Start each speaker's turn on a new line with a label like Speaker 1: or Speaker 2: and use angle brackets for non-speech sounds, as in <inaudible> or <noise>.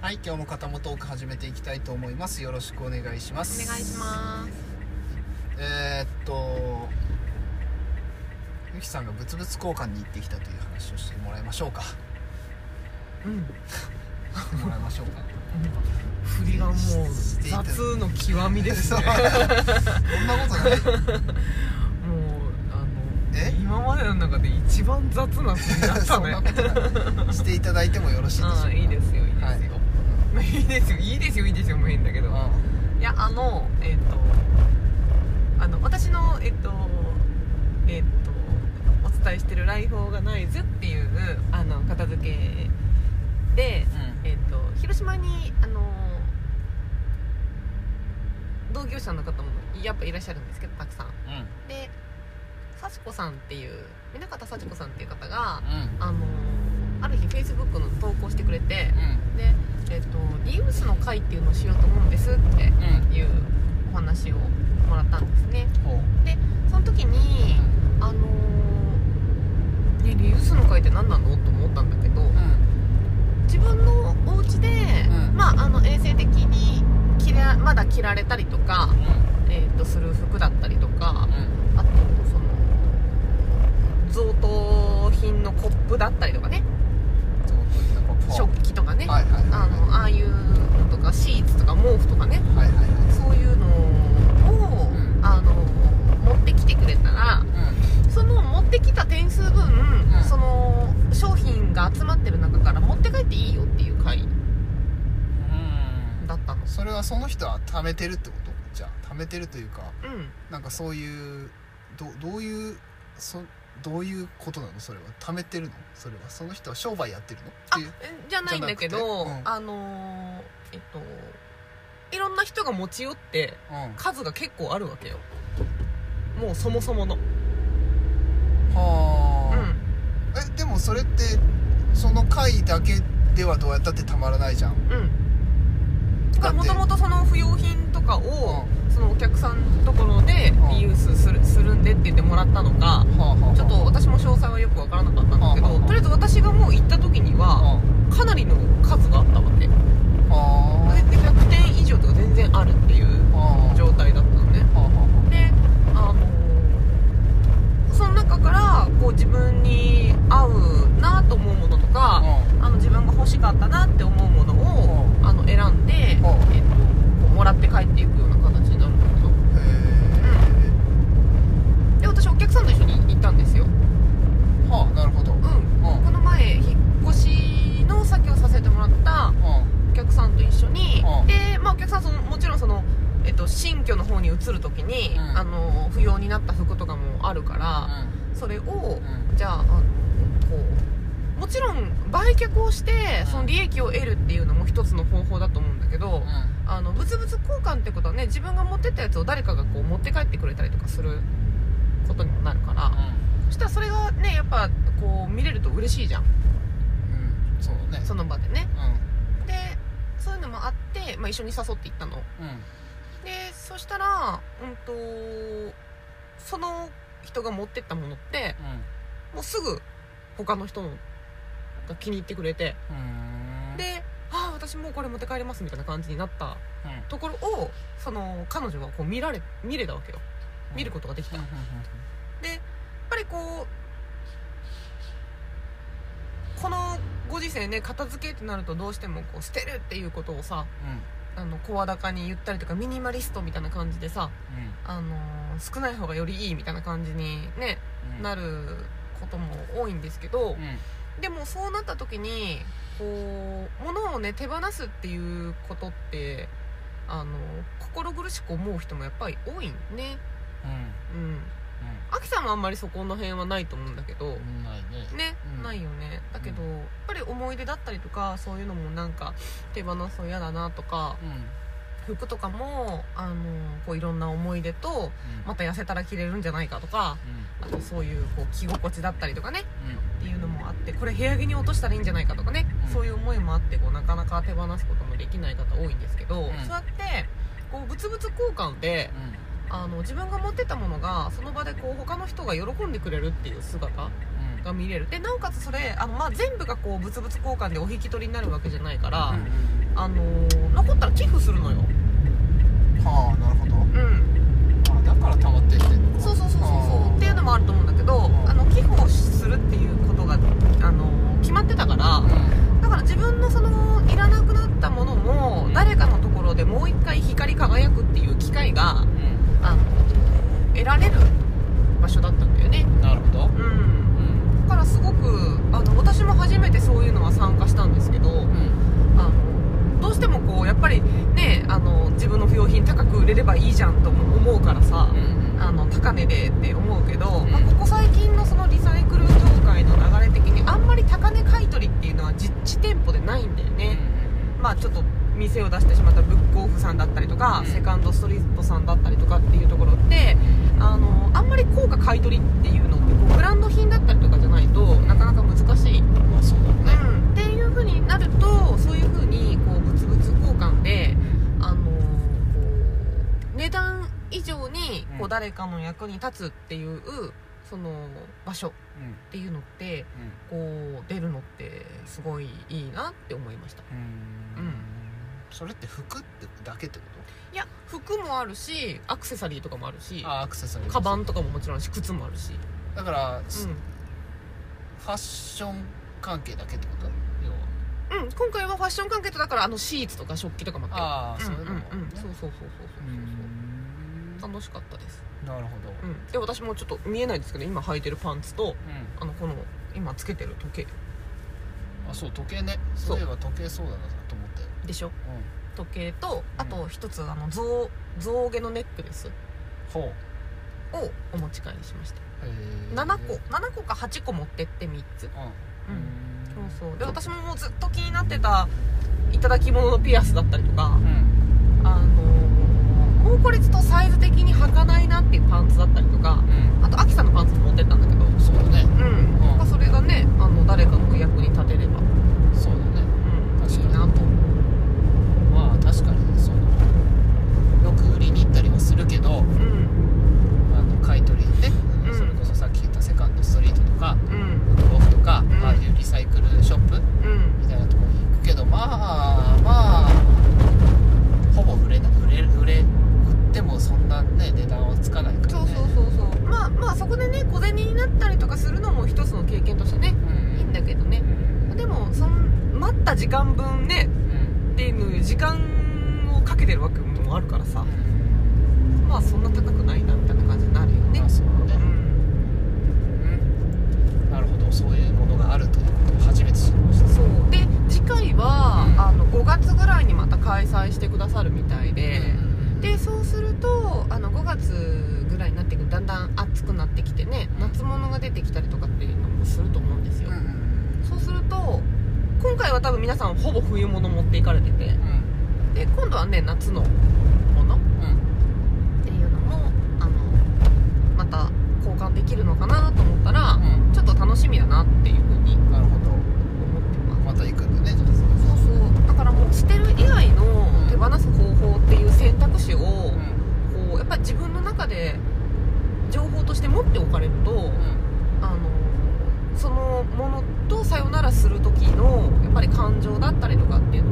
Speaker 1: はい、今日も肩もトーク始めていきたいと思います。よろしくお願いします。
Speaker 2: お願いします
Speaker 1: す。えー、っと。ゆきさんが物々交換に行ってきたという話をしてもらいましょうか。
Speaker 2: うん
Speaker 1: してもらいましょうか。
Speaker 2: 振りがもう雑の極みです
Speaker 1: そ
Speaker 2: ね
Speaker 1: う。そんなことない。
Speaker 2: もうあ
Speaker 1: え
Speaker 2: の今までの中で一番雑な振りだっ
Speaker 1: <laughs> そ
Speaker 2: た
Speaker 1: ん
Speaker 2: ね
Speaker 1: なことない。していただいてもよろしいでしょう
Speaker 2: あ
Speaker 1: か。
Speaker 2: あいいですよいいで
Speaker 1: はい
Speaker 2: すよ、 <laughs> い、いですよいいですよいいですよもういいんだけどいやあのえっ、とあの私のえっ、とえっ、とお伝えしてる「ライフ・オーガナイズ」っていうあの片付けで
Speaker 1: うん。
Speaker 2: えっと広島にあの同業者の方もやっぱいらっしゃるんですけどたくさん
Speaker 1: うん。うん。
Speaker 2: で幸子さんっていう南方幸子さんっていう方が
Speaker 1: うん。
Speaker 2: あのある日フェイスブックの投稿してくれて
Speaker 1: うん。
Speaker 2: で、えっとリユースの会っていうのをしようと思うんですって
Speaker 1: うん。
Speaker 2: いうお話をもらったんですね
Speaker 1: ほう。
Speaker 2: その時にあのねリユースの会って何なのと思ったんだけど
Speaker 1: うん。
Speaker 2: 自分のお家で、
Speaker 1: うん
Speaker 2: まああの衛生的に着らまだ着られたりとか、えー、とする服だったりとか
Speaker 1: うん。うん。
Speaker 2: あとその贈答品のコップだったりとかね
Speaker 1: そうそうなんかこう
Speaker 2: 食器とかね、
Speaker 1: はいはいはい。
Speaker 2: あのああいうのとかシーツとか毛布とかね
Speaker 1: はいはいはい。
Speaker 2: そういうのを、
Speaker 1: うん
Speaker 2: あの持ってきてくれたら
Speaker 1: う
Speaker 2: その持ってきた点数分、
Speaker 1: うん
Speaker 2: その商品が集まってる中から持って帰っていいよっていう会
Speaker 1: ん。
Speaker 2: だったの。
Speaker 1: それはその人は貯めてるってことじゃあ貯めてるというか
Speaker 2: うん
Speaker 1: なんかそういうどどういうそどういうことなのそれは貯めてるのそれはその人は商売やってるのっていう
Speaker 2: えじゃないんだけど、
Speaker 1: じゃなくてうん
Speaker 2: あのーえっといろんな人が持ち寄って
Speaker 1: う
Speaker 2: 数が結構あるわけよもうそもそもの
Speaker 1: んは
Speaker 2: う
Speaker 1: あ、
Speaker 2: ん
Speaker 1: えでもそれってその回だけではどうやったってたまらないじゃん
Speaker 2: うんだか
Speaker 1: だ
Speaker 2: ら
Speaker 1: っ
Speaker 2: も
Speaker 1: て
Speaker 2: ともとその不要品とかを、そのお客さんのところで
Speaker 1: うん
Speaker 2: リユースするするんでって言ってもらったのか
Speaker 1: はあはあはあ
Speaker 2: ちょっと私も詳細はよくわからなかったんだ
Speaker 1: う
Speaker 2: け
Speaker 1: ん
Speaker 2: ど
Speaker 1: うん
Speaker 2: とりあえず私がもう行った時には
Speaker 1: は
Speaker 2: かなりの数があったわけでで
Speaker 1: あは
Speaker 2: 100点以上とか全然あるっていう
Speaker 1: あはあ
Speaker 2: 状態だったのね
Speaker 1: はあは
Speaker 2: であのその中からこう自分に合うなと思うものと
Speaker 1: あ
Speaker 2: か、あの自分が欲しかったなって思うものを、
Speaker 1: う
Speaker 2: あの選んで、えっとこうもらって帰っていくような形になるんだけど
Speaker 1: うんへ
Speaker 2: で私お客さんと一緒に行ったんですよ、
Speaker 1: えはあなるほどう
Speaker 2: うんん、
Speaker 1: うん
Speaker 2: この前引っ越しの先をさせてもらったお客さんと一緒に、
Speaker 1: うん
Speaker 2: で、まあ、お客さんそのもちろんその、えっと、新居の方に移る時に、
Speaker 1: うん
Speaker 2: あの不要になった服とかもあるから、それを、じゃああのこうもちろん売却をして
Speaker 1: うん
Speaker 2: その利益を得るっていうのも一つの方法だと思うんだけど、あの物々交換ってことはね自分が持ってったやつを誰かがこう持って帰ってくれたりとかすることにもなるから、そしたらそれがねやっぱこう見れると嬉しいじゃん
Speaker 1: うんそうだね
Speaker 2: その場でね
Speaker 1: うん
Speaker 2: でそういうのもあって、まあ、一緒に誘って行ったの
Speaker 1: うん
Speaker 2: でそしたらうんとその人が持ってったものってもうすぐ他の人のが気に入ってくれて
Speaker 1: うん
Speaker 2: で「ああ私もうこれ持って帰ります」みたいな感じになった
Speaker 1: うんうん
Speaker 2: ところをその彼女がこう見られ見れたわけよ見ることができた、
Speaker 1: うん
Speaker 2: やっぱりこうこのご時世ね片付けってなるとどうしてもこう捨てるっていうことをさあの声高に言ったりとかミニマリストみたいな感じでさ、あのー少ない方がよりいいみたいな感じに、ね
Speaker 1: うんうん
Speaker 2: なることも多いんですけど、でもそうなった時にこう物をね手放すっていうことってあの心苦しく思う人もやっぱり多いね
Speaker 1: うん
Speaker 2: うんアキさんはあんまりそこの辺はないと思うんだけど
Speaker 1: うんないね
Speaker 2: ね、
Speaker 1: うん
Speaker 2: ないよねだけど、やっぱり思い出だったりとかそういうのもなんか手放すの嫌だなとか
Speaker 1: うんうん
Speaker 2: 服とかもあのこういろんな思い出とまた痩せたら着れるんじゃないかとか
Speaker 1: うん
Speaker 2: あとそういうこう着心地だったりとかねっていうのもあってこれ部屋着に落としたらいいんじゃないかとかね、
Speaker 1: うん
Speaker 2: そういう思いもあってこうなかなか手放すこともできない方多いんですけど、
Speaker 1: ん
Speaker 2: そうやってこう物々交換であの自分が持ってたものがその場でこう他の人が喜んでくれるっていう姿
Speaker 1: うんうん
Speaker 2: が見れるでなおかつそれあの、まあ、全部がこう物々交換でお引き取りになるわけじゃないから、
Speaker 1: うん
Speaker 2: あのー残ったら寄付するのよ
Speaker 1: はあなるほど
Speaker 2: うん
Speaker 1: あだから溜まってきてんのか
Speaker 2: そうそうそうそう
Speaker 1: あ
Speaker 2: そう
Speaker 1: ー
Speaker 2: っていうのもあると思うんだけど
Speaker 1: ん
Speaker 2: あの寄付をするっていうことが、あのー決まってたからだから自分のそのいらなくなったものも誰かのところでもう一回光り輝くっていう機会が
Speaker 1: うん、う
Speaker 2: あの得られる場所だったんだよね
Speaker 1: ん、なるほど
Speaker 2: うん
Speaker 1: うん
Speaker 2: だからすごくあの私も初めてそういうのは参加したんですけど、
Speaker 1: うん
Speaker 2: あのどうしてもこうやっぱりねあの自分の不用品高く売れればいいじゃんとも思うからさ、
Speaker 1: うん
Speaker 2: あの高値でって思うけど、
Speaker 1: うん
Speaker 2: まあ、ここ最近のそのリサイクル業界の流れ的にあんまり高値買い取りっていうのは実地店舗でないんだよね、まあちょっと店を出してしまったブックオフさんだったりとか、
Speaker 1: うん
Speaker 2: セカンドストリートさんだったりとかっていうところってあのあんまり高価買い取りっていうのってこうブランド品だったりとかじゃないとなかなか難しい
Speaker 1: まあそうだね
Speaker 2: うん、っていう風になるとそういう風にこう物々交換で、あのーこう値段以上に
Speaker 1: う
Speaker 2: こうん誰かの役に立つっていう、その場所
Speaker 1: うん
Speaker 2: っていうのって
Speaker 1: うん
Speaker 2: こう出るのってすごいいいなって思いました
Speaker 1: うーんそれって服ってだけってこ
Speaker 2: いや服もあるしアクセサリーとかもあるし
Speaker 1: とあアクセサリー
Speaker 2: カバンとかももちろんあるし靴もあるし、
Speaker 1: だから、
Speaker 2: う
Speaker 1: ファッション関係だけってこと要は
Speaker 2: んうん、今回はファッション関係とだからあのシーツとか食器とかもあっ
Speaker 1: あ
Speaker 2: て
Speaker 1: そういうのもね
Speaker 2: うんうんうん、そうそうそ
Speaker 1: う
Speaker 2: うそう
Speaker 1: ーん
Speaker 2: そうそう楽しかったです
Speaker 1: なるほど
Speaker 2: うん、で私もちょっと見えないですけど今履いてるパンツとあのこの今つけてる時計
Speaker 1: うんあそう時計ね
Speaker 2: そ
Speaker 1: そうういえば時計そうだなと思ったよ
Speaker 2: でしょ
Speaker 1: うん
Speaker 2: 時計とあと一つあの象象牙のネックレス
Speaker 1: ほうへ
Speaker 2: をお持ち帰りしました
Speaker 1: え
Speaker 2: 7個7個か8個持ってって3つ
Speaker 1: うん
Speaker 2: そうそうで私ももうずっと気になってた頂き物のピアスだったりとか
Speaker 1: うん
Speaker 2: あのもうこれちょっとサイズ的に履かないなっていうパンツだったりとか
Speaker 1: うん
Speaker 2: あとアキさんのパンツも持ってったんだけど
Speaker 1: そうだね
Speaker 2: うんなんかそれがねあの誰かの役に立てれば
Speaker 1: そうだね
Speaker 2: うん
Speaker 1: 確
Speaker 2: い
Speaker 1: か
Speaker 2: い
Speaker 1: に
Speaker 2: なと
Speaker 1: まあ確かにそのよく売りに行ったりはするけど
Speaker 2: うん
Speaker 1: あの買い取りでね、あの
Speaker 2: うん
Speaker 1: それこそさっき言ったセカンドストリートとか
Speaker 2: うん
Speaker 1: 豆腐とか、
Speaker 2: うん
Speaker 1: ああいうリサイクルショップ
Speaker 2: うん
Speaker 1: みたいなところに行くけどまあまあほぼ売れな売れ売れ売ってもそんなね値段はつかないから
Speaker 2: そう
Speaker 1: ね
Speaker 2: そうそうそうまあまあそこでね小銭になったりとかするのも一つの経験として
Speaker 1: う
Speaker 2: ね
Speaker 1: ん
Speaker 2: いいんだけどね
Speaker 1: うん
Speaker 2: でもその待った時間分ね
Speaker 1: うん
Speaker 2: っていう時間をかけてるわけもあるからさまあそんな高くないなみたいな感じになるよね
Speaker 1: まあそう
Speaker 2: う
Speaker 1: ね、う
Speaker 2: ん
Speaker 1: んなるほどそういうものがあるということを初めて知りました
Speaker 2: そうで次回は
Speaker 1: うん
Speaker 2: あの5月ぐらいにまた開催してくださるみたいで
Speaker 1: うん
Speaker 2: でそうするとあの5月ぐらいになってくるとだんだん暑くなってきてね夏物が出てきたりとかっていうのもすると思うんですよ、
Speaker 1: うんうん
Speaker 2: そうすると今回は多分皆さんほぼ冬物持っていかれて
Speaker 1: う
Speaker 2: て
Speaker 1: ん
Speaker 2: で今度はね夏のものっ
Speaker 1: うん
Speaker 2: ていうのもあのまた交換できるのかなと思ったら
Speaker 1: うん
Speaker 2: ちょっと楽しみだなっていうふうに
Speaker 1: なるほど
Speaker 2: 思ってま
Speaker 1: ま
Speaker 2: す
Speaker 1: た行くんだねじゃあ
Speaker 2: そうそうだからもう捨てる以外の手放す方法っていう選択肢をこ
Speaker 1: ん
Speaker 2: うやっぱり自分の中で情報として持っておかれると、あのそのものとさよならする時のやっぱり感情だったりとかっていうの <laughs>